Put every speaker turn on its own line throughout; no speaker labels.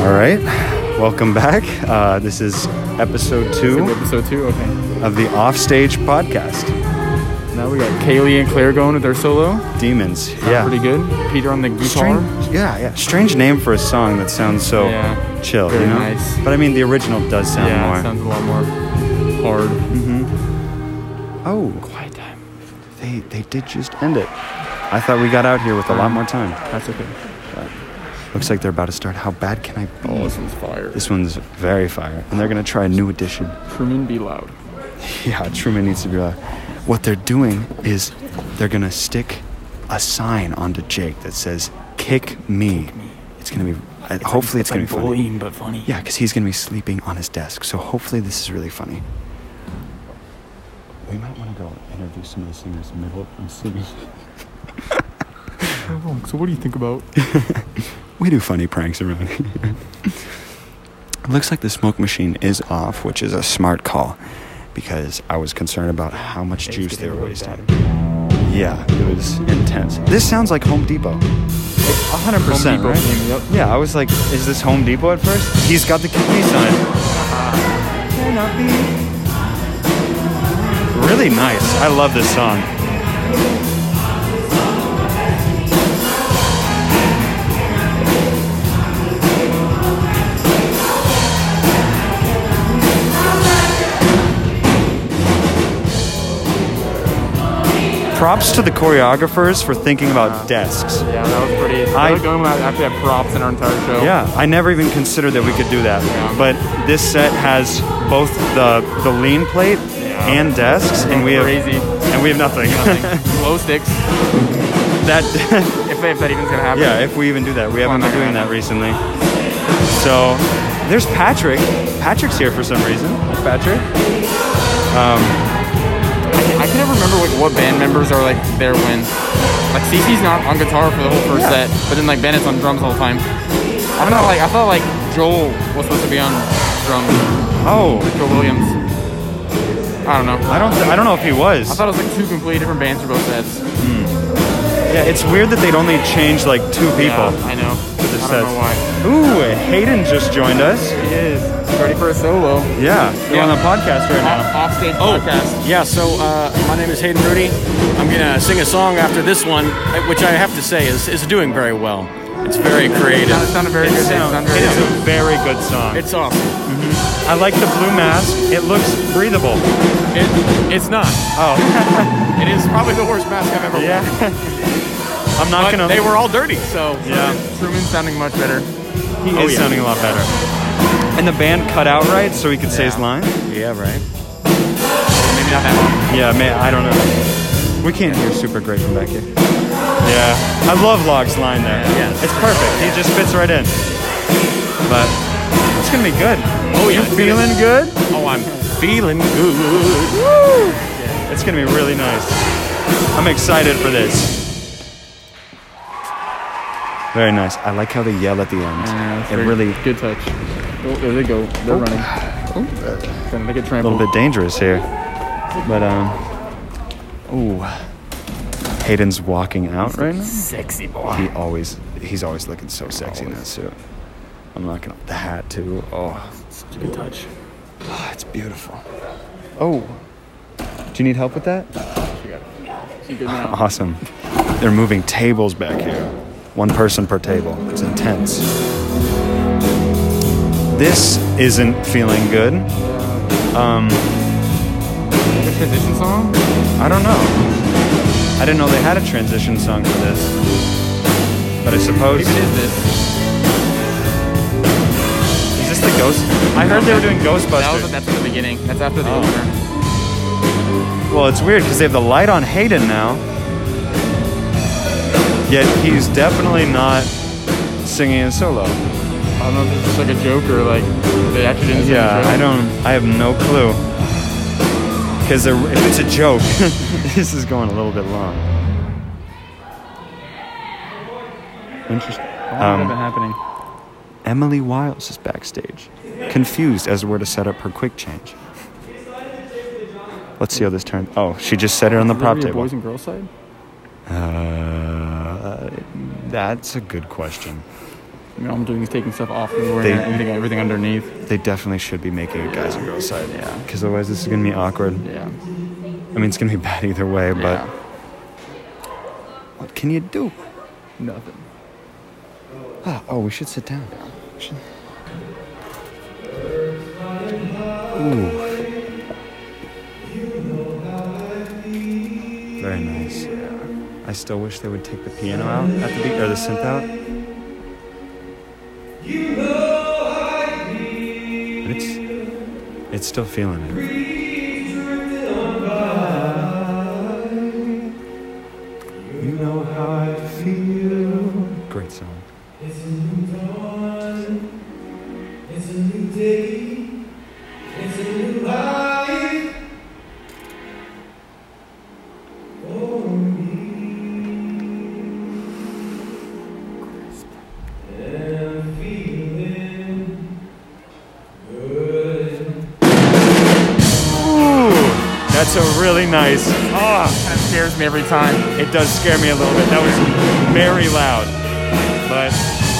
right. Welcome back. Uh, this is episode two
Episode two. Okay.
of the Offstage Podcast.
Now we got Kaylee and Claire going with their solo.
Demons.
Sound
yeah.
Pretty good. Peter on the guitar.
Strange, yeah, yeah. Strange name for a song that sounds so
Yeah.
chill,
Very
you know.
nice.
But I mean, the original does sound
yeah, it
more.
sounds a lot more hard.
oh,
Quiet time.
they they did just end it. I thought we got out here with a lot more time.
That's okay.
Looks like they're about to start. How bad can I be?
Oh, this one's fire.
This one's very fire, and they're gonna try a new edition.
Truman, be loud.
Yeah, Truman needs to be like. What they're doing is they're gonna stick a sign onto Jake that says "Kick me." It's gonna be. uh hopefully, it's, gonna be funny.
bullying, but funny.
Yeah, because he's gonna be sleeping on his desk. So hopefully, this is really funny. We might want to go interview some of the singers in the middle of singing.
So what do you think about?
We do funny pranks around here. it looks like the smoke machine is off, which is a smart call because I was concerned about how much juice they were wasting. Yeah, it was intense. This sounds like Home Depot.
hundred
Percent, right?
Yep.
Yeah, I was like, is this Home Depot at first? He's got the kidney sign. Cannot be. Really nice. I love this song. Props to the choreographers for thinking about desks.
Yeah, that was pretty.
I-
I was going without actually have props in our entire show.
Yeah, I never even considered that we could do that. But this set has both the the lean plate and desks, and we have
Crazy.
and we have nothing.
Glow sticks.
that
If, if that even's gonna happen.
yeah, if we even do that, we haven't
Why
been
not?
doing that recently. So there's Patrick. Patrick's here for some reason.
Patrick. Um, I, I can never remember like what band members are like there when. Like CC's not on guitar for the whole first
Yeah.
set, but then like Bennett's on drums all the time. I don't know. Like I thought like Joel was supposed to be on drums.
Oh,
Joel Williams. I don't know.
I don't I don't know if he
I
was.
thought it was like two completely different bands for both sets.
Yeah, it's weird that they'd only changed like two people.
Yeah, I know.
the
I don't
sets.
know why.
Ooh, Hayden just joined us.
He is ready for a solo. Oh.
Yeah, you're on
Yeah.
the podcast right now.
Off stage podcast.
Yeah, so uh, my name is Hayden Rudy. I'm going to sing a song after this one, uh, which I have to say is, is doing very well. It's very creative.
That sounded very good. That sounded very
It is
good.
a very good song.
It's awesome.
I like the blue mask. It looks breathable.
It, it's not.
Oh,
It is probably the worst mask I've ever
yeah. I'm not gonna.
But they were all dirty, so.
Yeah.
Truman's sounding much better.
He
Oh,
is
yeah.
sounding a lot better. And the band cut out right, so he could say his line. Yeah, right.
Maybe not that one.
Yeah, man. I don't know. We can't hear super great from back here. Yeah, I love Log's line there.
Yeah.
it's perfect. He just fits right in. But it's gonna be good.
Oh, yeah.
Feeling good?
Oh, I'm feeling good.
It's gonna be really nice. I'm excited for this. Very nice. I like how they yell at the end. it really
good touch. Oh, there they go. They're running. Trying to make it
a
trample.
little bit dangerous here. But um ooh. Hayden's walking out right now.
sexy boy.
He always he's always looking so sexy in that suit. I'm not gonna the hat too. Oh,
Good touch.
oh, it's beautiful. Oh. Do you need help with that?
You good now.
Awesome. They're moving tables back here. One person per table. It's intense. This isn't feeling good.
The transition song?
I don't know. I didn't know they had a transition song for this. But I suppose.
What even is this?
Is this the Ghost? I heard they were doing
That was
Ghostbusters.
that's at the beginning. That's after the opener.
Well, it's weird because they have the light on Hayden now. Yet he's definitely not singing a solo.
I don't know if it's just like a joke or like they actually didn't. sing the
Yeah,
joke.
I don't. I have no clue. Because if it's a joke, this is going a little bit long. Interesting.
Why would Um, that have been happening.
Emily Wiles is backstage, confused as to where to set up her quick change. Let's see how this turns. Oh, she just set it on the
Is that
prop
really a
table.
boys and girls side?
Uh, that's a good question.
You know, I'm doing is taking stuff off and
They-
wearing everything, everything underneath.
They definitely should be making a guys and girls side.
Yeah.
Because otherwise, this is gonna be awkward.
Yeah.
I mean, it's gonna be bad either way. But
yeah.
what can you do?
Nothing.
Ah, oh, we should sit down. We should- Ooh. Very nice. I still wish they would take the piano out at the beat or the synth out. But it's it's still feeling it. Great song. Ooh, that's a really nice. Ah,
Oh, That scares me every time.
it does scare me a little bit. That was very loud, but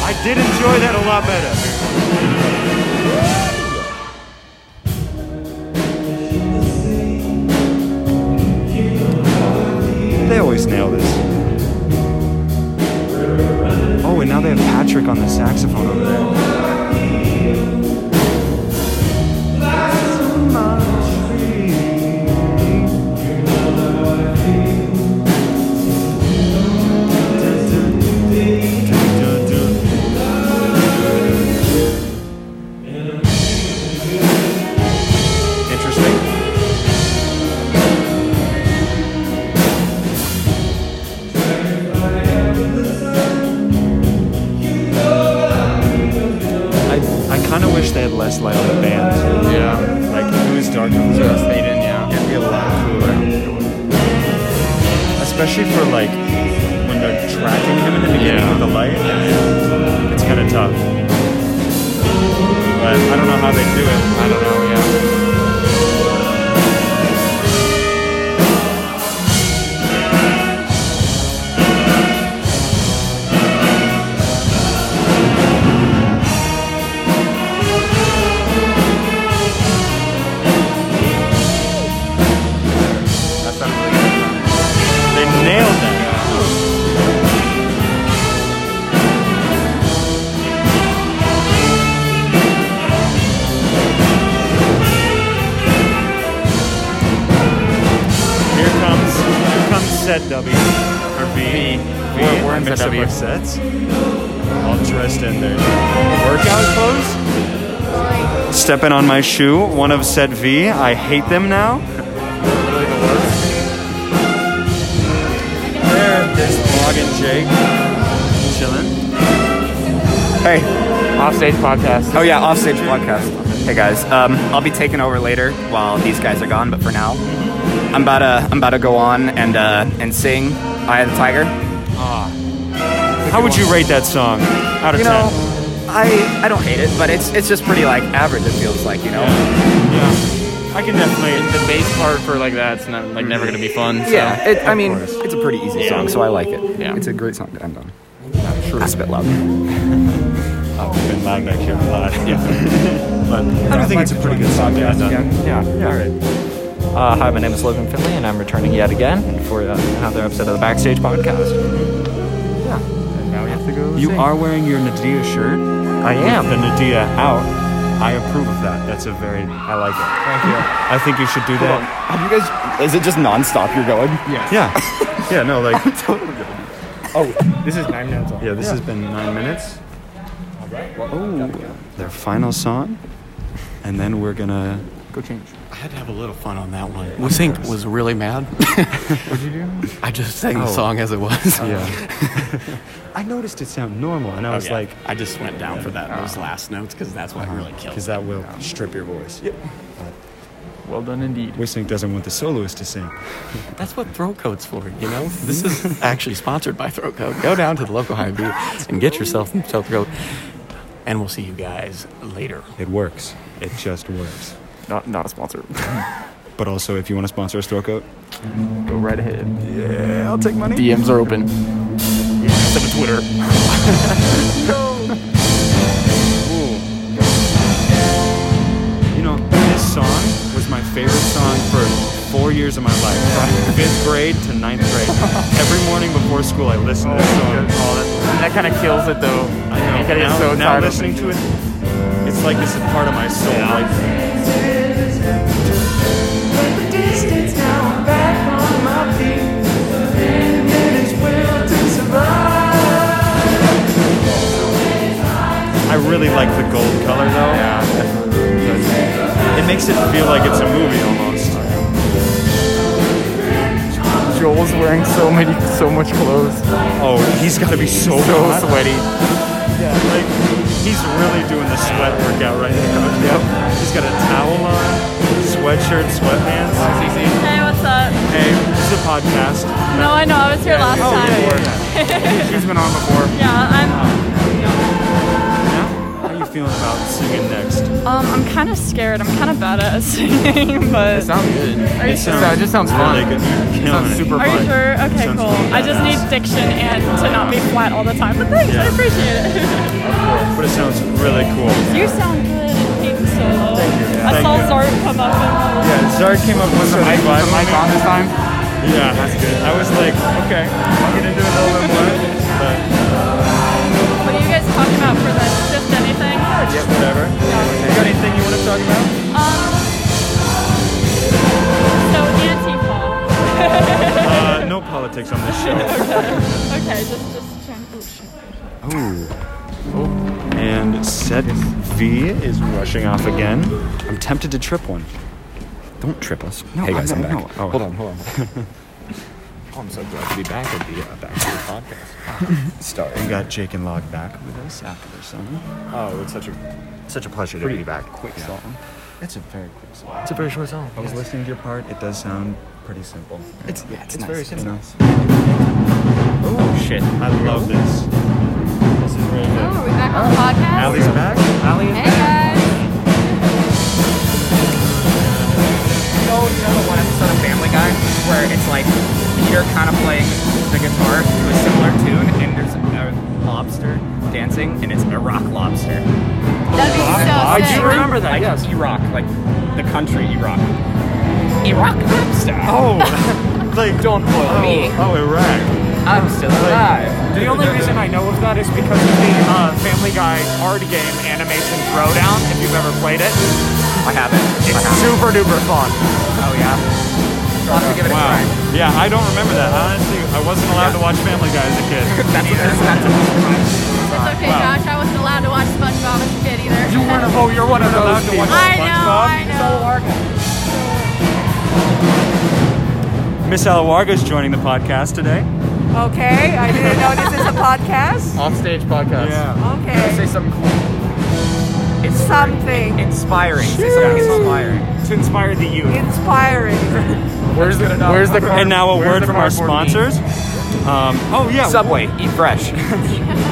I did enjoy that a lot better. They always nail this. Oh, and now they have Patrick on the saxophone over there. Interesting. I, I kind of wish they had less light on the band.
Yeah.
Like, it was dark on the
Just fade in, yeah.
It'd be a lot cooler. Especially for, like, when they're tracking him in the beginning
Yeah.
with the light. It's kind of tough. But I don't know how they do it.
I don't know, yeah.
That's not really They nailed that. Here comes, here comes set W. Or B. We
We're- we're in
mixed
set
up
W.
our sets. All dressed in their workout clothes. Stepping on my shoe, one of set V. I hate them now. There, there's Vlog and Jake chilling.
Hey.
Offstage podcast.
Oh yeah, offstage podcast. Hey guys. Um, I'll be taking over later while these guys are gone, but for now, I'm about to I'm about to go on and uh, and sing "Eye of the Tiger."
How would you rate that song out of
You
10?
know, I I don't hate it, but it's it's just pretty like average. It feels like you know.
yeah. I can definitely.
The bass part for like that's not like never gonna be fun. So.
Yeah, it, I mean, it's a pretty easy
Yeah.
song, so I like it.
Yeah.
It's a great song to end on. Sure. That's a bit loud.
I've been loud back here a lot. Yeah. but I don't think it's a pretty good song. Yeah,
Yeah. All right. Uh, hi, my name is Logan Finley, and I'm returning yet again for uh, another episode of the Backstage Podcast.
You are wearing your Nadia shirt. I
am.
The Nadia out. I approve of that. That's a very. I like it.
Thank you.
I think you should do that.
Have you guys? Is it just nonstop? You're going?
Yeah. Yeah, no, like.
Oh, This is nine minutes old.
Yeah, this has been nine minutes. Oh, their final song, and then we're gonna.
Go change.
I had to have a little fun on that one.
We think was really mad. What'd you do? I just sang the
Oh.
song as it was.
Yeah. I noticed it sound normal, and I was like,
I just went down for that those last notes because that's what really killed.
because that will strip your voice.
Well done indeed.
Whistling doesn't want the soloist to sing.
That's what throat coat's for, you know? This is actually sponsored by throat coat. Go down to the local high beat and get yourself some throat coat. And we'll see you guys later.
It works. It just works.
Not not a sponsor.
But also, if you want to sponsor us, throw coat.
Go right ahead. Yeah, I'll take money. DMs are open. Except for Twitter.
of my life. From fifth grade to ninth grade. Every morning before school, I listened to this
Oh,
song.
that kind of kills it though.
I know.
You gotta get
now,
so
now
tired of
listening to it, it's like this is part of my soul. Like, I really like the gold color though. It makes it feel like it's a movie almost.
Joel's wearing so many, so much clothes.
Oh, he's got to be so,
So
hot.
sweaty.
Like, he's really doing the sweat workout right now. Yep. He's got a towel on, sweatshirt, sweatpants.
Hey, what's up?
Hey, this is a podcast.
No, I know. I was here
Oh,
last time.
She's been on before.
Yeah, I'm.
How you feeling about singing next?
Um, I'm kind of scared. I'm kind of bad at singing, but
Sounds good.
are you
So it just sounds
really
fun.
good. You're killing
Sounds
it.
super
Are
fun.
you sure? Okay,
Sounds
cool. I just need
badass.
diction and to not be flat all the time. But thanks, I
Yeah.
appreciate it.
But it sounds really cool.
you sound good in pink solo. I
Thank
saw
you.
Zard come up and
Yeah, Zard came up with some
Mic-
vibe
the mic
on
on
me.
this time.
Yeah, that's good. I was like, okay, I'll get into it a little bit more. But
what are you guys talking about for this? Just anything?
yeah, whatever. You got anything you want to talk about?
Um. So Antifa.
Uh, no politics on this show.
Okay, just just. trying- Oh, shit.
And set V is rushing off again. I'm tempted to trip one.
Don't trip us.
No,
hey guys,
I'm,
I'm,
no,
back.
no. Oh,
Hold on, hold on. oh, I'm so glad to be back at the uh, back to the podcast.
Star. We got Jake and Log back with us after the song.
Oh, it's such a such a pleasure to be back.
Quick song. It's a very quick song.
It's a very short song.
I was listening to your part. It does sound pretty simple.
It's, yeah, it's, very simple.
Oh shit, I love this. This is really good.
Oh, are we back on the podcast?
Allie's back. Allie.
Hey guys.
So Oh, you know the one episode of Family Guy where it's like Peter kind of playing the guitar to a similar tune, and there's a lobster dancing, and it's a rock lobster.
That'd be so
I
sick.
do remember that.
Like
Yes.
Iraq, like the country Iraq. Iraq lobster.
Oh, like don't
spoil
oh,
me.
Oh, Iraq.
I'm still alive.
The only reason I know of that is because of the uh, Family Guy card game animation Throwdown. If you've ever played it,
I haven't. I
it's
haven't.
super duper fun.
Oh yeah. I'll have to give it a
Wow.
try.
Yeah, I don't remember that. Honestly, I wasn't allowed to watch Family Guy as a kid.
That's that's, that's
It's okay, Josh. I wasn't allowed to watch SpongeBob as a kid either.
You weren't. Oh, you're one of those.
allowed to
people.
I
watch
know. I know.
Miss Alawarga's joining the podcast today.
Okay, I didn't know this is a podcast.
Off stage podcast.
Okay,
Uh-huh. Say something cool. It's
something
inspiring. Say something inspiring.
To inspire the youth.
inspiring.
Where's the Where's the
And now a
where's
word
the
from our
cardboard meat?
sponsors. Um, oh yeah,
Subway, eat fresh.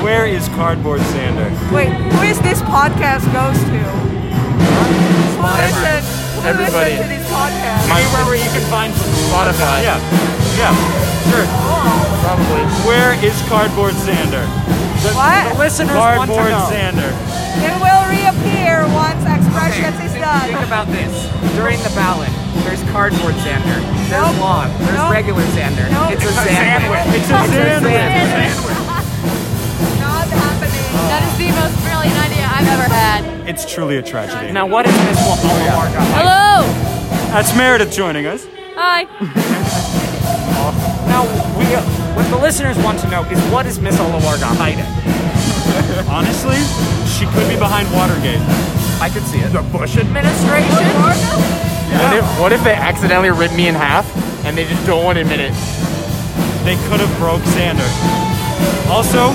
where is cardboard sander?
Wait, who is this podcast goes to? Who listen? Who
Everybody.
listen to this podcast?
Anywhere where you can find
Spotify.
Yeah, yeah, sure.
Probably.
Where is cardboard sander?
What?
listeners want to
Cardboard
know.
sander.
It will reappear once expressions is
Think
done.
about this. During the ballot, there's cardboard sander, there's
Nope.
lawn, there's
Nope.
regular sander.
Nope.
It's a
It's a
sandwich.
It's a sander.
Not
Oh.
happening.
That is the most brilliant idea I've ever had.
It's truly a tragedy.
Now, what is Miss Wall- Alawarga?
Hello.
that's Meredith joining us.
Hi.
Now, we, what the listeners want to know is what is Miss Alawarga hiding?
Honestly, she could be behind Watergate.
I could see it. The Bush
What if, what if they accidentally rip me in half and they just don't want to admit it?
They could have broke Xander. Also,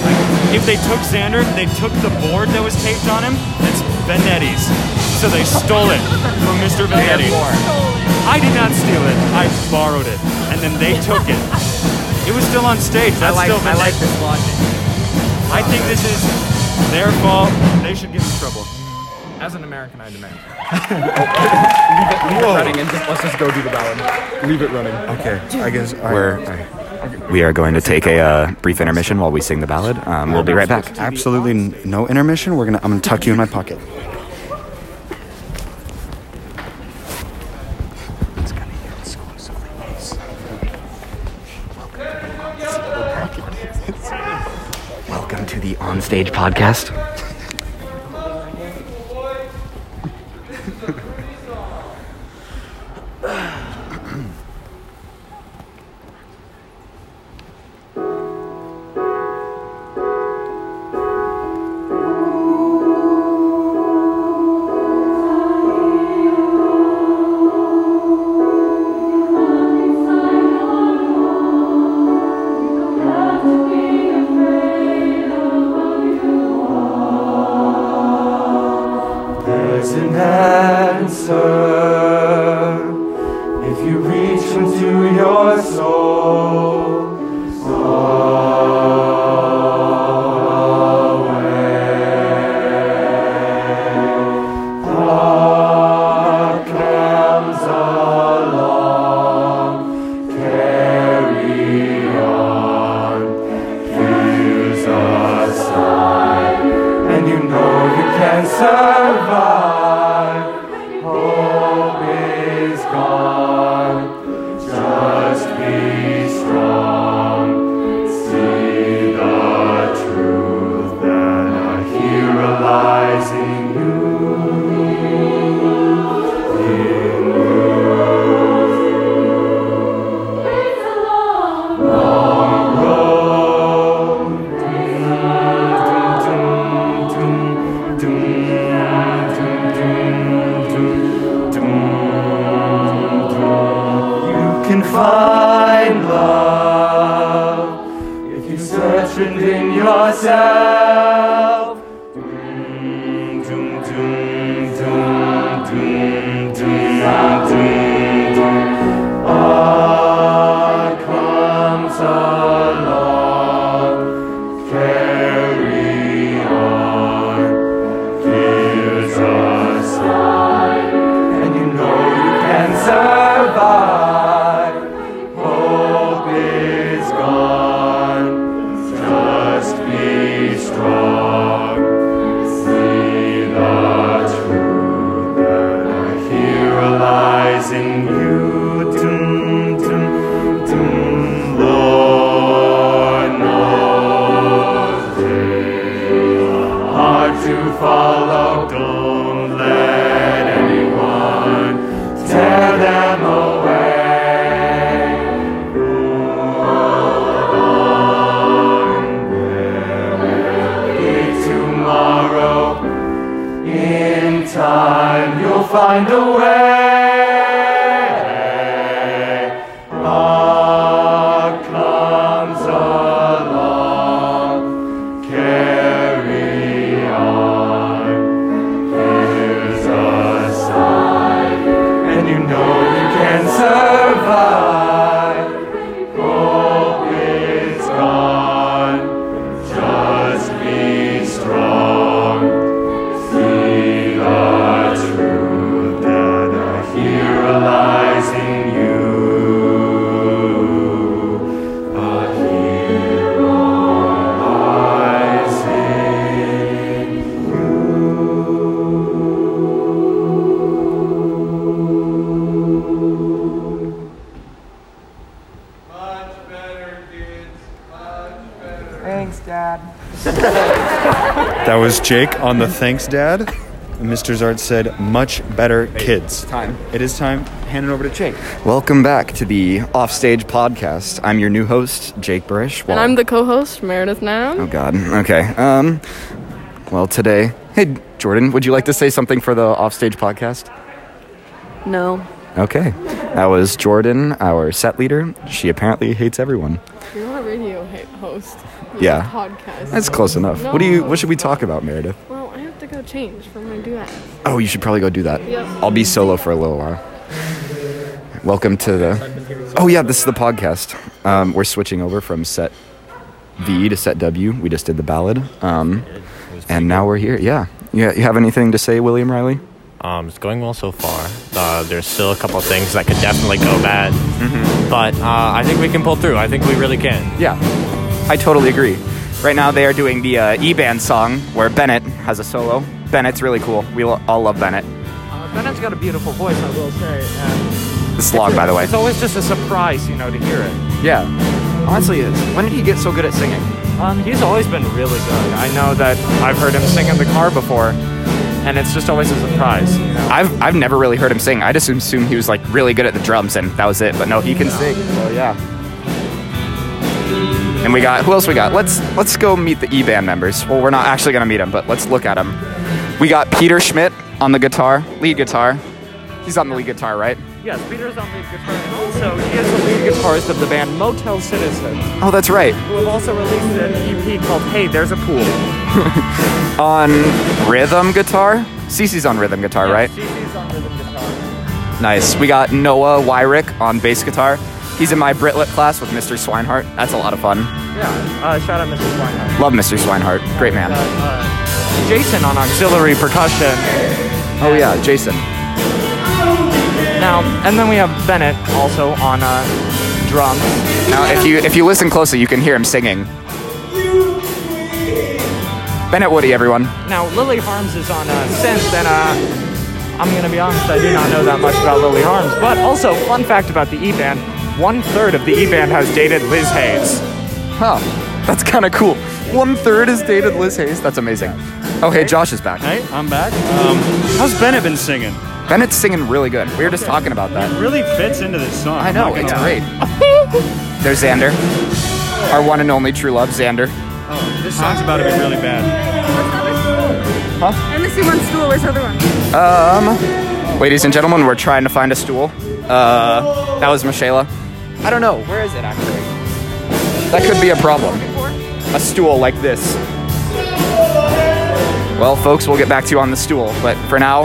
if they took Xander, they took the board that was taped on him. That's Benetti's. So they stole it from Mr. Benetti. I did not steal it. I borrowed it, and then they took it. It was still on stage.
I
That's
like,
still
I like
Benetti.
this logic.
I think this is their fault. They should get in trouble.
As an American, I demand.
Whoa.
and just, let's just go do the ballot.
Leave it running. Okay, I guess. I,
We are going to take a uh, brief intermission while we sing the ballad. Um, we'll be right back.
absolutely n- no intermission. We're gonna. I'm gonna tuck you in my pocket. Cage podcast?
There's an answer if you reach into your soul. Somewhere, there comes along, carry on, gives a sign, and you know you can survive. Hope is gone, just be strong. See the truth that I hear lies in You can find love if you search within yourself. Doom, doom, doom, doom, doom, doom, doom, doom. Ah, comes along, carry on, gives a sign, and you know you can survive. Hope is gone, just be strong. See the truth that I hear lies in you. Doom, doom, doom, Lord knows they are hard to follow. Don't let anyone tear them away. Be tomorrow. In time, you'll find a way. Ah, comes along, carry on. Here's a sign, and you know you can survive. Hope is gone. Just be strong. See the truth that I hear lies in you. I hear lies in
Thanks, Dad.
That was Jake on the Thanks Dad. And Mr. Zart said, much better kids.
time.
It is time. Hand it over to Jake.
Welcome back to the Offstage Podcast. I'm your new host, Jake Barish.
And I'm the co-host, Meredith Noun.
Oh God. Okay. Um. Well, today, hey Jordan, would you like to say something for the Offstage Podcast?
No.
Okay. That was Jordan, our set leader. She apparently hates everyone.
You're not a radio ha- host. You're
Yeah.
A podcast.
That's close enough. What do you? What should we talk about, Meredith?
Well, I have to go change for my duet.
Oh, you should probably go do that.
Yep.
I'll be solo for a little while. Welcome to the. Oh yeah, this is the podcast. Um, we're switching over from set V to set W. We just did the ballad, um, and now we're here. Yeah. Yeah. You have anything to say, William Riley?
Um, it's going well so far. Uh, there's still a couple things that could definitely go bad,
Mm-hmm.
but uh, I think we can pull through. I think we really can.
Yeah, I totally agree. Right now they are doing the uh, E-band song where Bennett has a solo. Bennett's really cool. We lo- all love Bennett.
Uh, Bennett's got a beautiful voice, I will say. and
This log, by the way.
It's always just a surprise, you know, to hear it.
Yeah. Honestly, is when did he get so good at singing?
Um, he's always been really good. I know that I've heard him sing in the car before, and it's just always a surprise. You know?
I've I've never really heard him sing. I just assumed he was like really good at the drums and that was it. But no, he can sing. So yeah. And we got who else we got? Let's let's go meet the E band members. Well, we're not actually gonna meet them, but let's look at them. We got Peter Schmidt on the guitar, lead guitar. He's on the lead guitar, right?
Yes, Peter's on lead guitar, and also he is the lead guitarist of the band Motel Citizen,
Oh, that's right.
who have also released an EP called Hey, There's a Pool.
On rhythm guitar, Cece's on rhythm guitar, right?
CC's on rhythm guitar.
Nice. We got Noah Wyrick on bass guitar. He's in my Britlet class with Mr. Swinehart. That's a lot of fun.
Yeah, uh, shout out Mr. Swinehart.
Love Mr. Swinehart. Great man.
Uh, Jason on auxiliary percussion.
Oh yeah, Jason.
Now, and then we have Bennett also on uh, drums.
Now, if you if you listen closely, you can hear him singing. Bennett Woody, everyone.
Now, Lily Harms is on uh, synth, and uh, I'm gonna be honest, I do not know that much about Lily Harms. But also, fun fact about the E band: one third of the E band has dated Liz Hayes.
Huh. That's kind of cool. One third is dated Liz Hayes. That's amazing. Oh, hey, Josh is back.
Hey, I'm back. Um, how's Bennett been singing?
Bennett's singing really good. We were just talking about that.
Really fits into this song.
I
I'm
know,
not gonna
it's
lie.
great. There's Xander, our one and only true love, Xander.
This song's about to be really bad.
Huh?
I'm missing one stool. Where's the other one?
Um, ladies and gentlemen, we're trying to find a stool. Uh, that was Michaela. I don't know. Where is it actually? That could be a problem. A stool like this. Well, folks, we'll get back to you on the stool, but for now,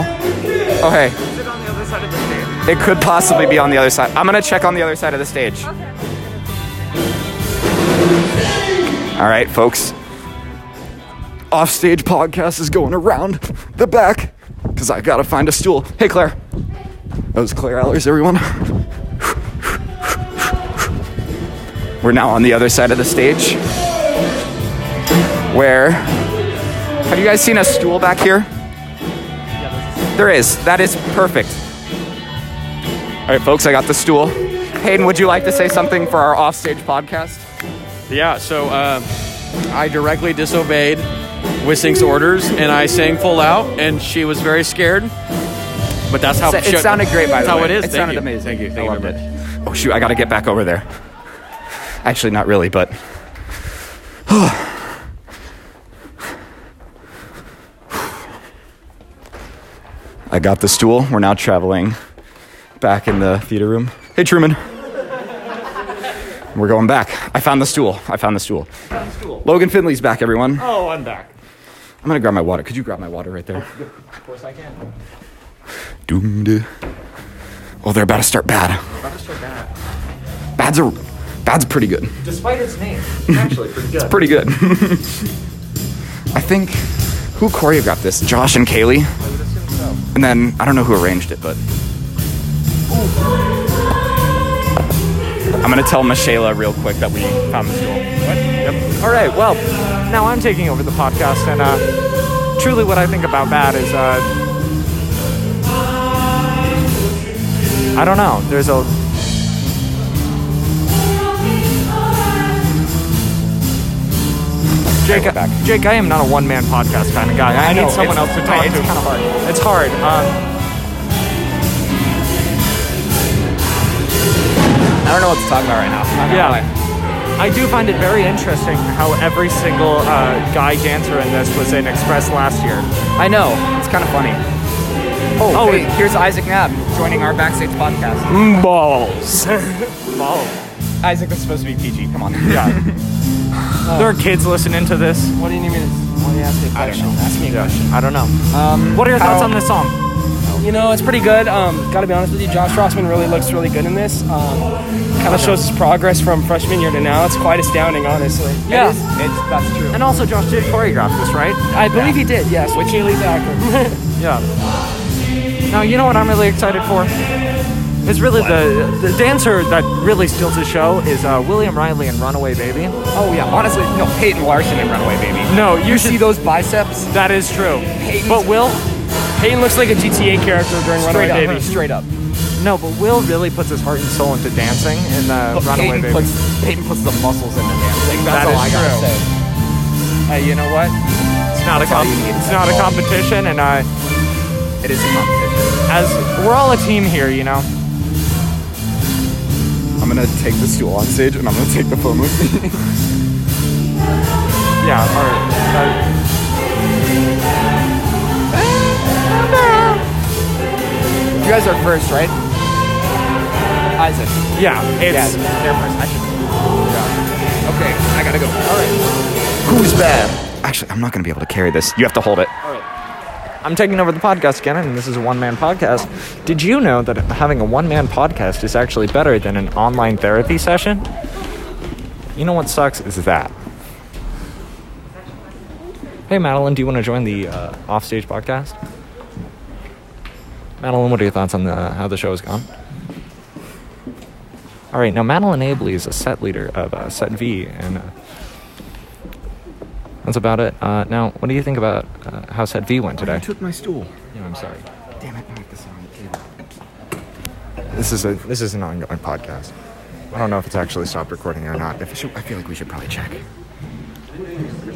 oh hey,
Is it on the other side of the stage?
it could possibly be on the other side. I'm gonna check on the other side of the stage. All right, folks. Offstage podcast is going around the back because I gotta find a stool. Hey, Claire. That was Claire Allers, everyone. We're now on the other side of the stage. Where? Have you guys seen a stool back here? There is. That is perfect. All right, folks, I got the stool. Hayden, would you like to say something for our offstage podcast?
Yeah, so uh, I directly disobeyed Wissing's orders and I sang full out, and she was very scared. But that's how
It sounded great, by
that's
the
how
way.
it is.
It
Thank
sounded
you.
amazing.
Thank you. Thank
I
you
loved
very much.
Oh shoot, I gotta get back over there. Actually, not really, but. I got the stool. We're now traveling back in the theater room. Hey, Truman. We're going back. I found the stool. I found the stool. Logan Finley's back, everyone.
Oh, I'm back.
I'm gonna grab my water. Could you grab my water right there?
Of course I can.
Doomed. Oh, they're about to start bad. Bad's a, bad's pretty good.
Despite its name, it's actually pretty good.
It's pretty good. I think who choreographed this? Josh and Kaylee. And then I don't know who arranged it, but I'm gonna tell Michaela real quick that we found the stool.
All right, well, now I'm taking over the podcast, and uh, truly what I think about that is uh, I don't know. There's a. Jake, Jake, I am not a one-man podcast kind of guy. I,
I know,
need someone else
it's-
to talk
it's
to.
kinda hard.
It's hard. Um,
I don't know what to talk about right now.
yeah. I do find it very interesting how every single uh, guy dancer in this was in Express last year.
I know. It's kind of funny. Oh,
Oh,
hey,
it-
here's Isaac Nab joining our backstage podcast.
Balls. Balls.
Isaac, this is supposed to be PG. Come on.
Yeah. there are kids listening to this. What do you need me to? What do you ask me? I don't know. Ask me a question. I don't know. Um, what are your thoughts on this song?
You know, it's pretty good. Um, gotta be honest with you, Josh Rossman really looks really good in this. Um, kind of shows his progress from freshman year to now. It's quite astounding, honestly.
Yeah.
It is- it's, that's true.
And also, Josh did choreograph this, right?
I believe he did, yes. With Kaylee Thacker.
Yeah. Now you know what I'm really excited for. Is really the the dancer that really steals the show is uh, William Riley and Runaway Baby.
Oh yeah, honestly, no, Peyton Larson and Runaway Baby.
No, you, should
see
those biceps.
That is true. But Will,
Peyton looks like a GTA character during
Straight
Runaway
up,
Baby.
straight
up.
No, but Will really puts his heart and soul into dancing in the
But
Runaway
Peyton
Baby.
puts- Peyton puts the muscles into dancing.
That
That's all
is
I gotta
true.
say.
Hey, you know what? It's not a
That's all
comp-
you need.
it's not a competition, and I.
It is a competition.
As we're all a team here, you know.
I'm gonna take the stool on stage and I'm gonna take the phone with me.
Yeah. All right.
You guys are first, right? Isaac.
Yeah,
yeah,
it's-
they're first. I should. Yeah. Okay, I gotta go. All right.
Who's bad? Actually, I'm not gonna be able to carry this. You have to hold it.
I'm taking over the podcast again, and this is a one man podcast. Did you know that having a one man podcast is actually better than an online therapy session? You know what sucks is that. Hey, Madeline, do you want to join the uh, offstage podcast? Madeline, what are your thoughts on the, how the show has gone? All right, now Madeline Abley is a set leader of uh, Set V, and uh, that's about it. Uh, now, what do you think about uh, how Set V went today?
took my stool.
Yeah, I'm sorry.
Damn it, I like this on the table.
This is a this is an ongoing podcast. I don't know if it's actually stopped recording or not. If it should, I feel like we should probably check.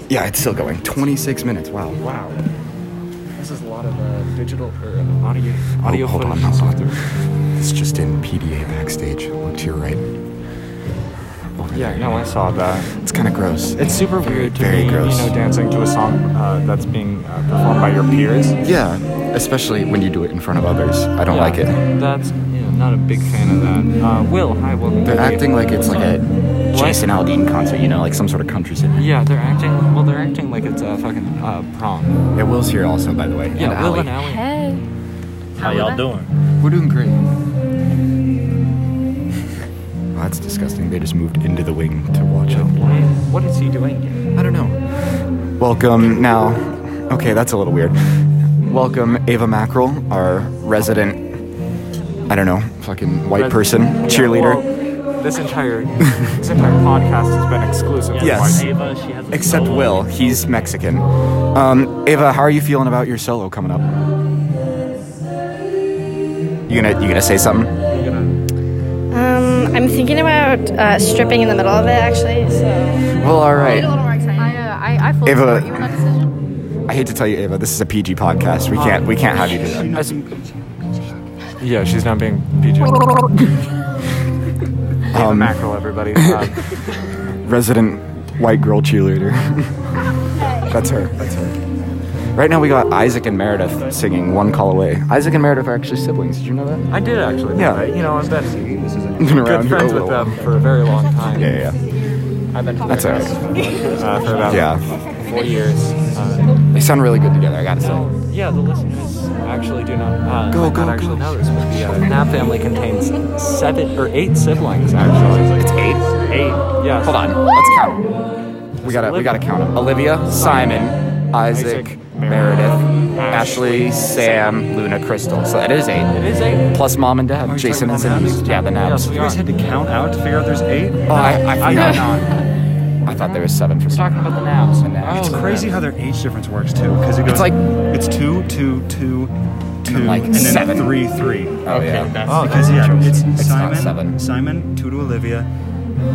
Yeah, it's still going. 26 minutes. Wow. Oh,
Wow. This is a lot of uh, digital or uh, audio.
Audio. hold on, hold on. It's just in PDA backstage. Look to your right.
Yeah, no, I saw that.
It's kind of gross.
It's super weird
to Very be, gross.
you know, dancing
to a song uh, that's being uh, performed by your peers.
Yeah, especially when you do it in front of others. I don't
Yeah,
like it.
That's yeah, not a big fan of that. Uh, Will, hi, Will.
They're acting like it's like a
What?
Jason Aldean concert, you know, like some sort of country singer.
Yeah, they're acting. Well, they're acting like it's a fucking uh, prom.
Yeah, Will's here also, by the way.
Yeah,
and
Will
Allie.
and Allie.
Hey.
How y'all doing?
We're doing great. Well, that's disgusting. They just moved into the wing to watch it.
What is he doing?
I don't know. Welcome now. Okay, that's a little weird. Welcome Ava Mackerel, our resident, I don't know, fucking white
Res-
person,
Yeah,
cheerleader.
well, this entire this entire podcast has been exclusive. to
Yes.
white-
Except Will, he's Mexican. Um, Ava, how are you feeling about your solo coming up? You gonna you gonna say something?
Um, I'm thinking about uh, stripping in the middle of it actually. So.
Well, all right.
I, uh, I, I fully
Ava-
support you in that decision.
I hate to tell you, Ava, this is a PG podcast. We can't we can't have you do that.
Yeah, she's not being PG.
Um,
Mackerel, everybody. Um,
resident white girl cheerleader. That's her. That's her. Right now we got Isaac and Meredith singing One Call Away. Isaac and Meredith are actually siblings. Did you know that?
I did actually.
Yeah.
but, You know, I've been,
Been around
good
here a
friends with
little
them for a very long time.
Yeah, yeah.
I've been
That's
friends,
alright.
Uh, for about
Yeah.
four years.
They sound really good together. I gotta say.
Yeah, the listeners actually do not, uh,
Go,
might
go,
not
go.
actually know this, but the uh, Knapp family contains seven or eight siblings, actually. It's eight? Eight, yes.
Hold on, let's count. We gotta we gotta count them. Olivia, Simon, Isaac, Meredith, Ashley, Sam, Luna, Crystal. So that is eight. It
is eight.
Plus mom and dad, Jason and Cindy. Yeah, the nabs.
you guys had to count out to figure out there's eight?
Oh, I, I forgot. I thought there was seven for some.
Talking about the nabs.
It's
it's crazy how their age difference works too, because it goes
like-
it's two, two, two, two,
then, like,
and then
seven.
three, three.
Oh, Okay, yeah. that's-
oh, because
that's
yeah,
interesting.
it's,
It's not
Simon,
seven.
Simon, two to Olivia,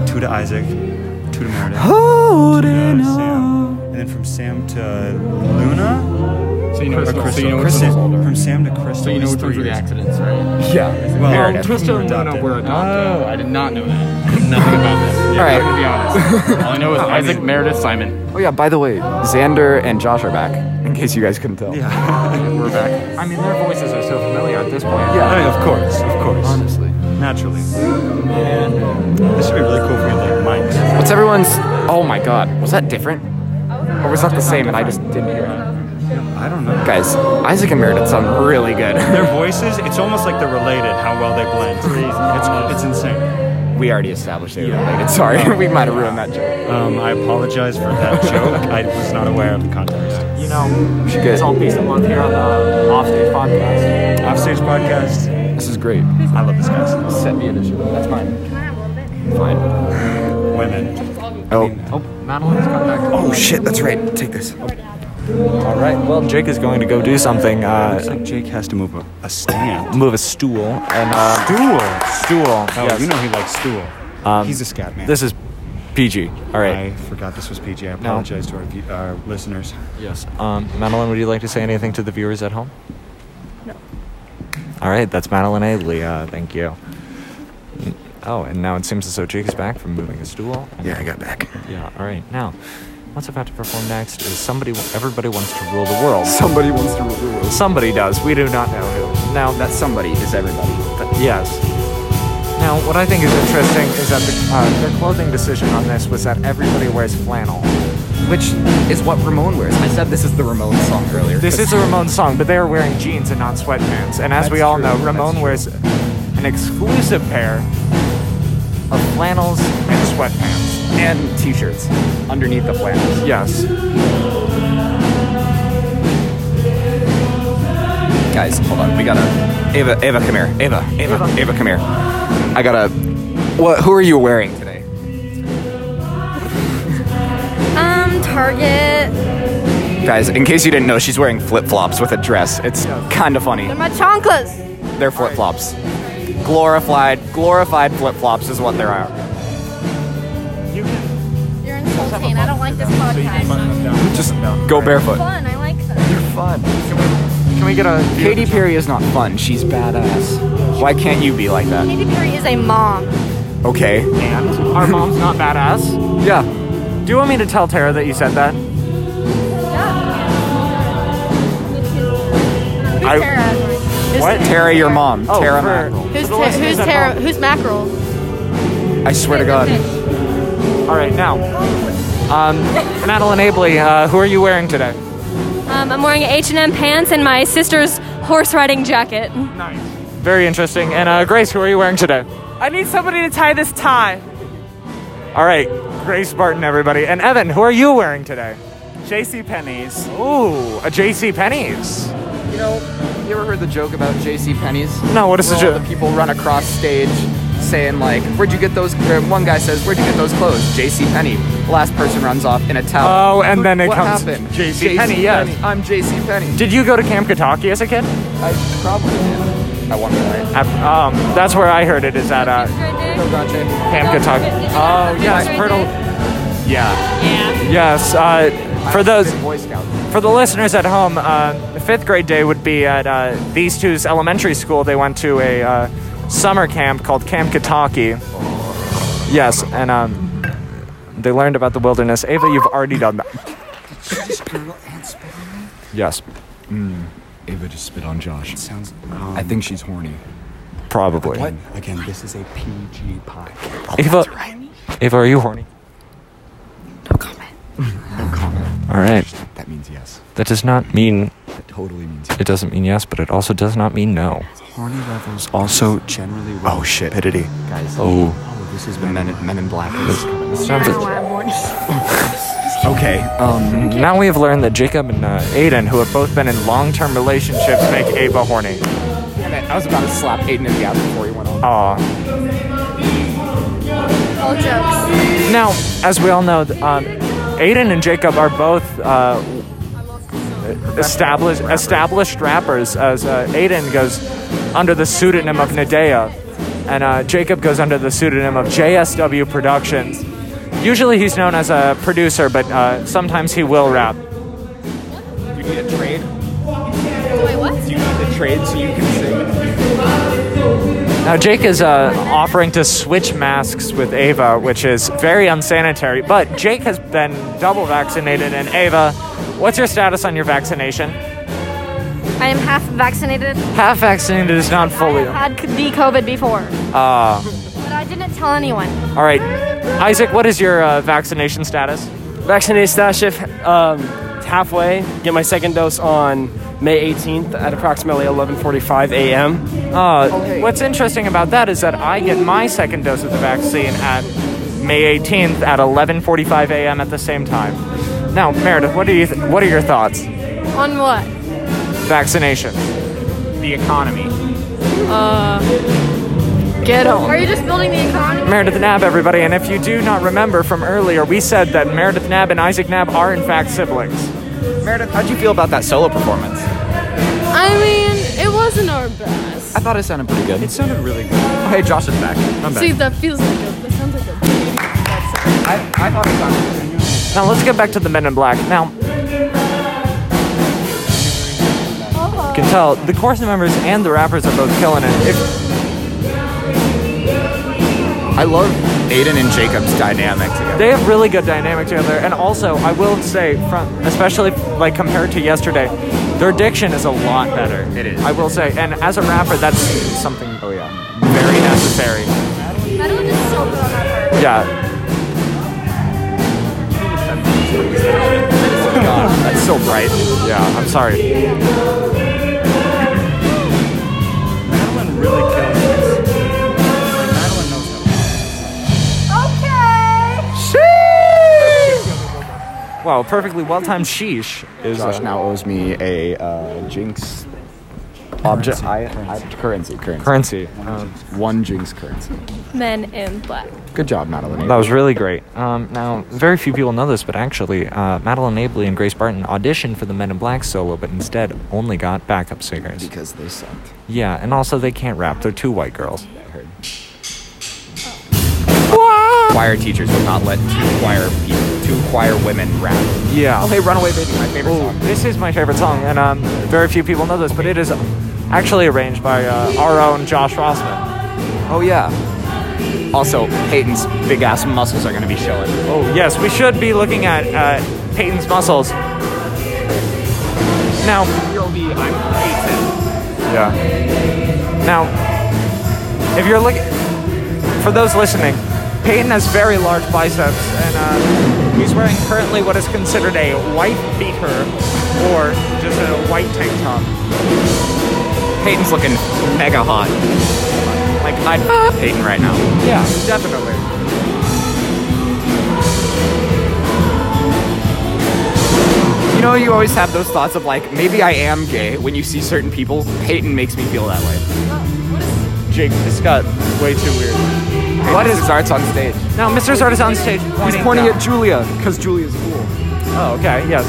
two to Isaac, two to Meredith, two to Sam, and then from Sam to Luna.
So you know
or
which one- so
Crystal.
you know which
Crystal-
one's older.
From Sam to Crystal.
So you know
is
which
three
ones were the
years.
accidents, right?
Yeah.
Well,
Meredith.
Twister and Luna were adopted. Oh, I did not know that. Nothing about this. Yeah,
All right.
I'm gonna be honest. All I know is
I
Isaac, Meredith, Simon.
Oh yeah. By the way, Xander and Josh are back. In case you guys couldn't tell. Yeah.
We're back. I mean, their voices are so familiar at this point.
Yeah, I mean, of course, of course. Honestly. Naturally. This should be really cool if we had like mics.
What's everyone's? Oh my God, was that different? Or was that the same? And I just didn't hear it.
I don't know.
Guys, Isaac and Meredith sound really good.
Their voices, it's almost like they're related how well they blend. It's, it's insane.
We already established they were related. Sorry, we might have ruined that joke.
Um, I apologize for that joke. I was not aware of the context.
You know, we should
Good.
get this all piece of month here on the Offstage Podcast.
Offstage podcast.
This is great.
I love this guy.
Set me edition. That's mine.
Fine. Women.
Oh.
Oh, Madeline's got back.
Oh shit, that's right. Take this.
All right. Well, Jake is going to go do something. Uh,
Looks like Jake has to move a, a stand.
Move a stool and uh,
Stool?
Stool.
Oh,
yes.
you know he likes stool.
Um,
He's a scat man.
This is PG. All right.
I forgot this was PG. I apologize to our, view- our listeners.
Yes. Um, Madeline, would you like to say anything to the viewers at home? No. All right. That's Madeline Abley. Uh, thank you. Oh, and now it seems as though Jake is back from moving his stool.
Yeah, I got back.
Yeah. All right. Now, what's about to perform next is somebody. Everybody wants to rule the world.
Somebody wants to rule the world.
Somebody does. We do not know who. Now that somebody is everybody. yes. Now, what I think is interesting is that the, uh, their clothing decision on this was that everybody wears flannel.
Which is what Ramon wears. I said this is the Ramon song earlier.
This is a Ramon song, but they are wearing jeans and not sweatpants. And as we all know, Ramon wears an exclusive pair of flannels and sweatpants
and t-shirts underneath the flannels.
Yes.
Guys, hold on. We gotta. Ava, Ava, come here. Ava, Ava, Ava, come here. I gotta. What? Who are you wearing today?
Um, Target.
Guys, in case you didn't know, she's wearing flip flops with a dress. It's kind of funny.
They're my chanclas.
They're flip flops. Glorified, glorified flip flops is what they are.
You're insulting. I don't like this podcast.
Just go barefoot.
Fun. I like them. You're
fun. Can we get a?
Katy Perry is not fun. She's badass. Why can't you be like that?
Katy Perry is a mom.
Okay.
And our mom's not badass.
Yeah.
Do you want me to tell Tara that you said that?
Who's
I-
Tara? Who's
What? Tara, your mom.
Oh,
Tara
for-
Mackerel.
Who's,
For the
ta-
listeners
who's
at
Tara?
home.
Who's Mackerel?
I swear to God.
All right, now. Um, Madeline Abley, uh, who are you wearing today?
Um, I'm wearing H&M pants and my sister's horse riding jacket.
Very interesting. And uh, Grace, who are you wearing today?
I need somebody to tie this tie.
All right, Grace Barton, everybody. And Evan, who are you wearing today?
JC Penney's.
Ooh, a JC Penney's.
You know, you ever heard the joke about J.C. Penney's?
No, what is the joke?
The people run across stage saying like, "Where'd you get those?" Or one guy says, "Where'd you get those clothes?" J.C. Penney. Last person runs off in a towel.
Oh, and then it
what
comes
happened?
J.C. Penney, yes.
JCPenney. I'm J.C. Penney.
Did you go to Camp Kataki as a kid?
I probably did. At one point.
At- um, that's where I heard it. Is at uh, Camp Kataki. Oh yes, Pirtle. Yeah. Yes. Uh, for those
Boy Scout.
for the listeners at home, uh, fifth grade day would be at uh, these two's elementary school. They went to a uh, summer camp called Camp Kataki. Yes, and um, they learned about the wilderness. Ava, you've already done that. Yes,
Mm. Ava just spit on Josh. It sounds. um,
I think she's horny.
Probably.
What? Again, this is a PG podcast.
Ava, Ava, are you horny? No comment. No comment. All right.
That means yes.
That does not mean.
That totally means
It doesn't mean yes, but it also does not mean no.
Horny levels also generally. Oh shit! Piddity. Guys.
Oh.
Oh, this is Men in, Men in Black.
It's time for-
okay.
Um, now we have learned that Jacob and uh, Aiden, who have both been in long-term relationships, make Ava horny.
Damn it, I was about to slap Aiden in the ass before he went on.
Aw.
All jokes.
Now, as we all know, th- um, Aiden and Jacob are both uh, established established rappers. As uh, Aiden goes under the pseudonym of Nadea, and uh, Jacob goes under the pseudonym of JSW Productions. Usually, he's known as a producer, but uh, sometimes he will rap.
You need a trade.
Wait, what?
You need a trade so you can sing.
Now, Jake is uh, offering to switch masks with Ava, which is very unsanitary. But Jake has been double vaccinated, and Ava, what's your status on your vaccination?
I am half vaccinated.
Half vaccinated is not fully.
Had c- the COVID before,
Oh, Uh,
but I didn't tell anyone.
all right, Isaac, what is your uh, vaccination status?
Vaccinated staff shift um, halfway. Get my second dose on May 18th at approximately 11:45 a.m.
Uh, what's interesting about that is that I get my second dose of the vaccine at May 18th at 11:45 a.m. at the same time. Now, Meredith, what do you th- what are your thoughts?
On what?
Vaccination.
The economy.
Uh,
Get 'em.
Are you just building the economy?
Meredith Nab, everybody, and if you do not remember from earlier, we said that Meredith Nab and Isaac Nab are in fact siblings.
Meredith, how'd you feel about that solo performance?
I mean, it wasn't our best.
I thought it sounded pretty good. It sounded really good. Oh, hey, Josh is back. I'm
See, that feels like a, that sounds like a
I, I thought it sounded good.
Now let's get back to the Men in Black. Now, you can tell the chorus members and the rappers are both killing it. If,
I love Aiden and Jacob's dynamic together.
they have really good dynamic together, and also I will say, from especially like compared to yesterday, their diction is a lot better. It is. I will say, and as a rapper, that's something. Oh yeah, very necessary.
Madeline is so good on that part.
Yeah.
God, that's so bright.
Yeah, I'm sorry.
Madeline really kills this. Madeline knows how
Wow, perfectly well-timed sheesh is
Josh
uh,
now owes me a uh, Jinx object I, I, currency currency
currency.
one Jinx currency.
Men in black.
Good job, Madeline.
That was really great. Um, now, very few people know this, but actually, uh, Madeline Abley and Grace Barton auditioned for the Men in Black solo, but instead only got backup singers.
because they sucked.
Yeah, and also they can't rap. They're two white girls.
I heard.
Choir teachers would not let two choir people, two choir women rap.
Yeah.
Oh, hey, Runaway Baby, my favorite song.
This is my favorite song, and um, very few people know this, but it is actually arranged by uh, our own Josh Rossman.
Oh yeah. Also, Peyton's big ass muscles are gonna be showing.
Oh yes, we should be looking at uh, Peyton's muscles. Now,
You'll be. I'm
Yeah. Now, if you're looking, for those listening, Peyton has very large biceps, and uh, he's wearing currently what is considered a white beater or just a white tank top.
Peyton's looking mega hot. Like I'd f- Peyton right now.
Yeah, definitely.
You know, you always have those thoughts of like, maybe I am gay when you see certain people. Peyton makes me feel that way.
Jake, this got way too weird.
What is Zart's on stage?
Now, Mr. Zart is on stage
He's
pointing
pointing
down.
at Julia because Julia's cool.
Oh, okay. Yes.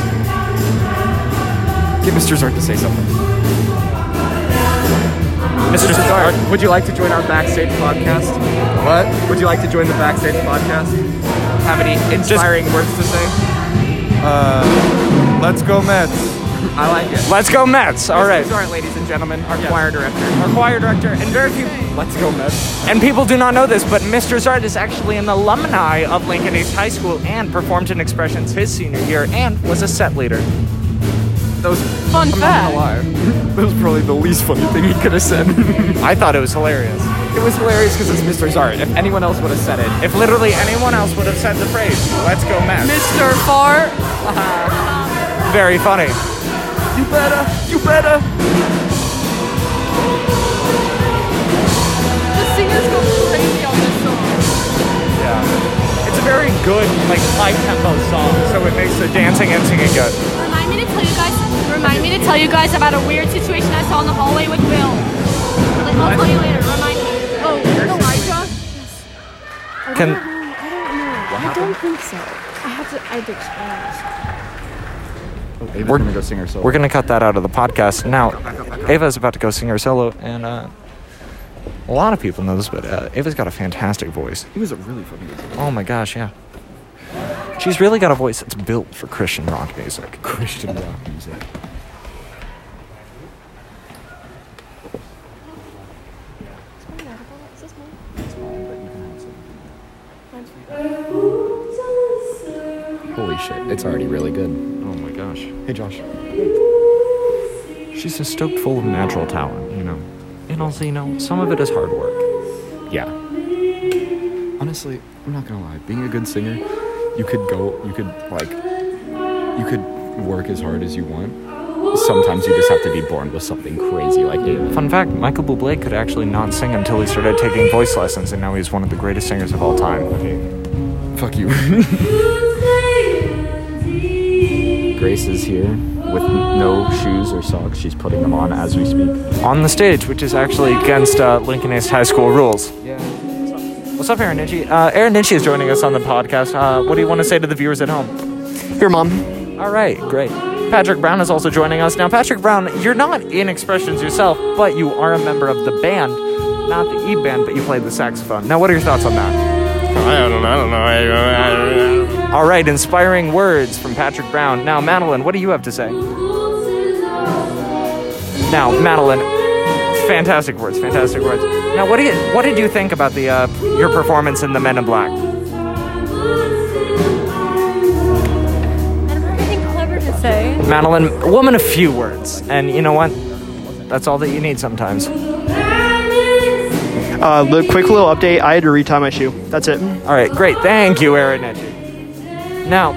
Get Mr. Zart to say something.
Mr. Zart,
would you like to join our backstage podcast? What? Would you like to join the backstage podcast? Have any inspiring words to say?
Uh, let's go Mets.
I like it.
Let's go Mets. All right.
Mr. Zart, ladies and gentlemen, our
Yes.
choir director.
Our choir director, and very few.
Let's go Mets.
And people do not know this, but Mr. Zart is actually an alumni of Lincoln East High School and performed in Expressions his senior year and was a set leader.
Those
Fun fact.
That was probably the least funny thing he could have said.
I thought it was hilarious.
It was hilarious because it's Mr. Zart. If anyone else would have said it,
If literally anyone else would have said the phrase, let's go Mets.
Mr. Fart.
Very funny.
you better, you better.
The singers go crazy on this song.
Yeah. It's a very good, like, high tempo song, so it makes the dancing and singing good.
Remind me to tell you guys. Remind me to tell you guys about a weird situation I saw in the hallway with Will. Like, I'll tell you later. Remind me. Oh, Elijah.
I
Can-
don't know. I don't know. I don't think so. I have to. I have to explain.
We're gonna go sing ourselves.
We're gonna cut that out of the podcast now. Ava's about to go sing her solo, and uh, a lot of people know this, but uh, Ava's got a fantastic voice.
He was a really fucking good singer.
Oh my gosh, yeah. She's really got a voice that's built for Christian rock music.
Christian rock music. Holy shit, it's already really good.
Oh my gosh.
Hey Josh.
She's just stoked full of natural talent, you know. And also, you know, some of it is hard work.
Yeah. Honestly, I'm not gonna lie. Being a good singer, you could go, you could like, you could work as hard as you want. Sometimes you just have to be born with something crazy like Aiden.
Fun fact Michael Bublé could actually not sing until he started taking voice lessons, and now he's one of the greatest singers of all time.
Fuck you. Grace is here with no shoes or socks. She's putting them on as we speak.
On the stage, which is actually against uh, Lincoln East High School rules.
Yeah.
What's up, Aaron Ninchi? Uh, Aaron Ninchi is joining us on the podcast. Uh, what do you want to say to the viewers at home?
Here, mom.
All right, great. Patrick Brown is also joining us. Now, Patrick Brown, you're not in Expressions yourself, but you are a member of the band, not the E band, but you played the saxophone. Now, what are your thoughts on that?
I don't know. I don't know. I, I, I don't know.
All right, inspiring words from Patrick Brown. Now, Madeline, what do you have to say? Now, Madeline, fantastic words, fantastic words. Now, what do you, what did you think about the uh, your performance in The Men in Black?
Anything clever to say?
Madeline, woman of few words, and you know what? That's all that you need sometimes.
Uh, li- quick little update. I had to retie my shoe. That's it.
All right, great. Thank you, Aaron Edgy. Now,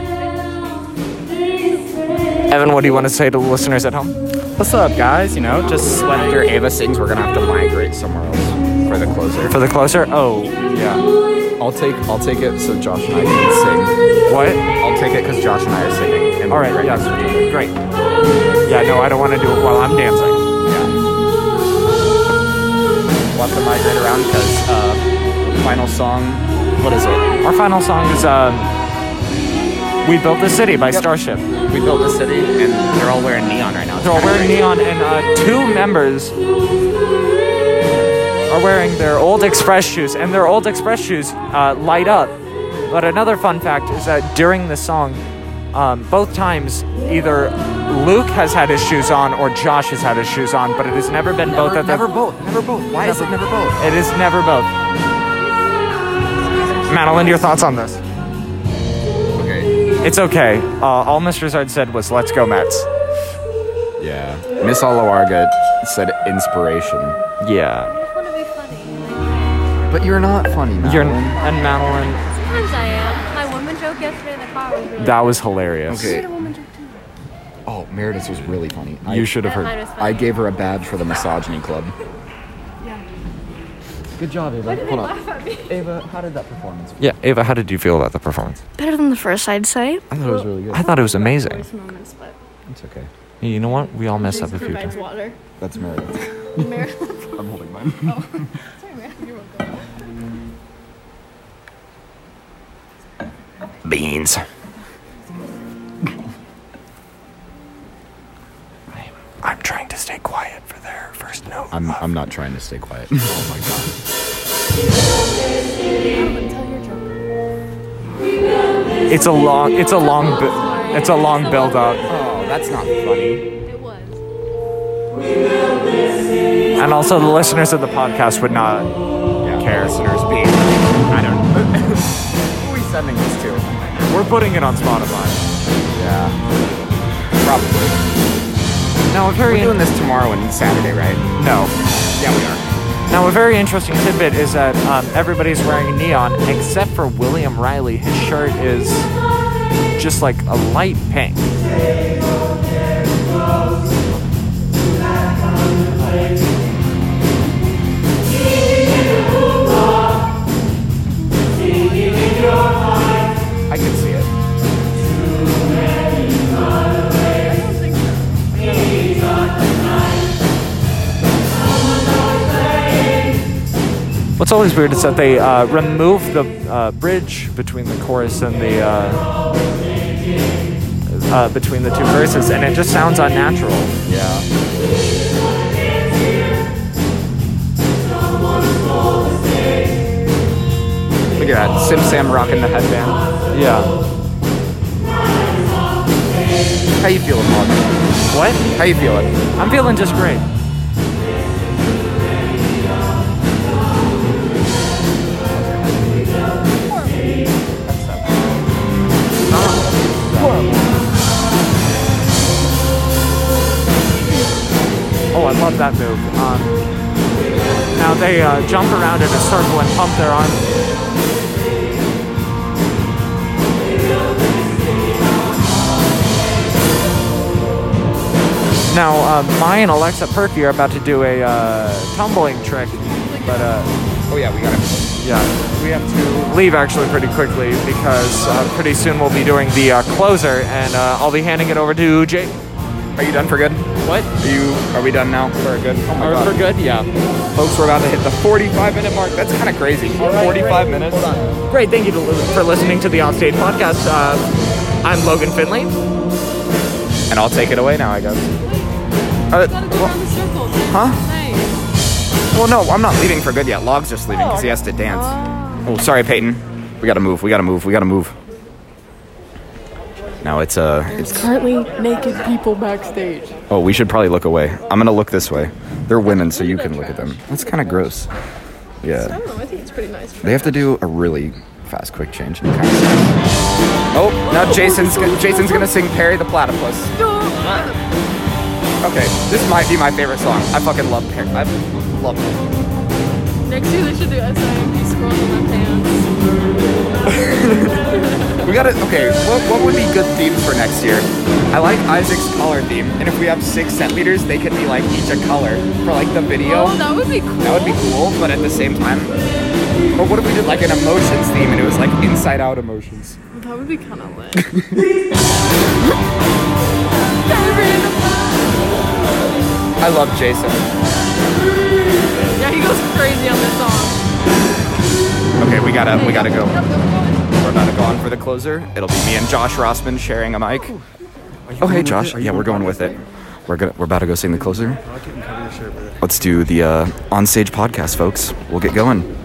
Evan, what do you want to say to the listeners at home?
What's up, guys? You know, just after Ava sings, we're gonna have to migrate somewhere else for the closer.
For the closer? Oh,
yeah. I'll take I'll take it so Josh and I can sing.
What?
I'll take it because Josh and I are singing. And
All right, yeah, great. Yeah, no, I don't want to do it while I'm dancing.
Yeah. We'll have to migrate around because uh, final song. What is it?
Our final song is um, "We Built the City" by Starship.
We built the city, and they're all wearing neon right now. It's
They're all
kinda
wearing
great.
neon, and uh, two members are wearing their old Express shoes, and their old Express shoes uh, light up. But another fun fact is that during the song, um, both times, either Luke has had his shoes on or Josh has had his shoes on, but it has never been both at the
Never both. Never both. Why is it never both?
It is never both. Madeline, your thoughts on this? Okay. It's okay. Uh, all Mr. Zard said was, let's go Mets.
Yeah. Miss Alawarga said inspiration.
Yeah.
But you're not funny, Madeline.
You're, and Madeline,
Sometimes I am. My woman joke yesterday in the car was really
that was hilarious.
Okay. Oh, Meredith was really funny.
You should have heard.
Mine was funny.
I gave her a badge for the misogyny club. Good job, Ava.
Why did they
Hold
laugh at me?
Ava, how did that performance?
Yeah, Ava, how did you feel about the performance?
Better than the first, I'd say.
I thought it was really good.
I thought it was amazing.
Voice moments, but
It's okay.
Hey, You know what? We all mess up a
Briggs
few
provides
times.
water.
That's Meredith.
Meredith. Oh,
I'm holding mine.
Sorry, Meredith, you're welcome.
Beans.
I'm trying to stay quiet for their first note.
I'm, I'm not trying to stay quiet. oh my god.
It's a long, it's a long, bu- it's a long build up.
Oh, that's not funny.
And also the listeners of the podcast would not care. Listeners being, I don't know.
Who are we sending this to?
We're putting it on Spotify.
Yeah. Probably.
Now a very
We're doing this tomorrow and Saturday, right?
No.
Yeah, we are.
Now a very interesting tidbit is that um, everybody's wearing neon except for William Riley. His shirt is just like a light pink.
I can see it.
What's always weird is that they uh, remove the uh, bridge between the chorus and the uh, uh, between the two verses, and it just sounds unnatural.
Yeah.
Look at that. Sim Sam rocking the headband.
Yeah.
How you feeling, Mark?
What?
How you feeling?
I'm feeling just great. Oh, I love that move. Um, now they uh, jump around in a circle and pump their arms. Now, uh, my and Alexa Perky are about to do a uh, tumbling trick, but uh,
Oh yeah, we got it.
yeah, we have to leave actually pretty quickly because uh, pretty soon we'll be doing the uh, closer, and uh, I'll be handing it over to Jake.
Are you done for good?
What?
Are you? Are we done now for good? Oh my
Are we
god.
for good? Yeah.
Folks, we're about to hit the 45 minute mark. That's kind of crazy. 45 minutes.
Great, thank you to, for listening to the Onstage Podcast. Uh, I'm Logan Finley.
And I'll take it away now, I guess. Uh, well,
Huh? Nice.
well, no, I'm not leaving for good yet. Log's just leaving because he has to dance. Oh, sorry, Peyton. We gotta move. We gotta move. We gotta move. Now it's uh,
There's
it's.
currently naked people backstage.
Oh, we should probably look away. I'm gonna look this way.
They're women, so you can look at them. That's kind of gross.
I
Yeah.
don't know. I think it's pretty nice.
They have to do a really fast, quick change. Oh, now Jason's gonna, Jason's gonna sing Perry the Platypus. Okay, this might be my favorite song. I fucking love Perry. I love it.
Next year they should do SIMP scrolls in my pants.
We gotta. Okay, what, what would be good themes for next year? I like Isaac's color theme, and if we have six centiliters, they could be like each a color for like the video.
Oh, that would be cool.
That would be cool, but at the same time, but what if we did like an emotions theme and it was like inside out emotions?
That would be kind of lit.
I love Jason.
Yeah, he goes crazy on this song.
Okay, we gotta we gotta go. We're about to go on for the closer. It'll be me and Josh Rossman sharing a mic. Oh hey Josh, yeah we're going with it. Oh, We're gonna we're about to go sing the closer. Let's do the uh, on stage podcast, folks. We'll get going.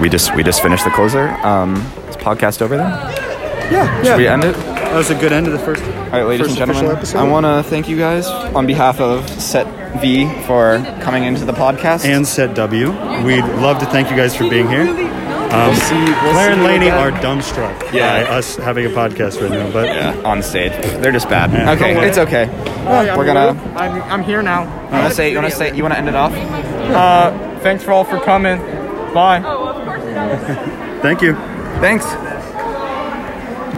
We just we just finished the closer. Um, is podcast over then?
Yeah,
Should we end it?
That was a good end of the first. All
right, ladies and gentlemen, I want to thank you guys on behalf of Set V for coming into the podcast.
And Set W. We'd love to thank you guys for being here. Um,
We'll see- we'll
Claire
see
and
you
Laney
again.
are dumbstruck by us having a podcast right now, but
on stage they're just bad.
Yeah.
Okay,
Don't worry.
it's okay.
I'm
We're gonna.
I'm, I'm here now.
You wanna say? You wanna say? You wanna end it off?
Uh, thanks for all for coming. Bye.
thank you.
Thanks.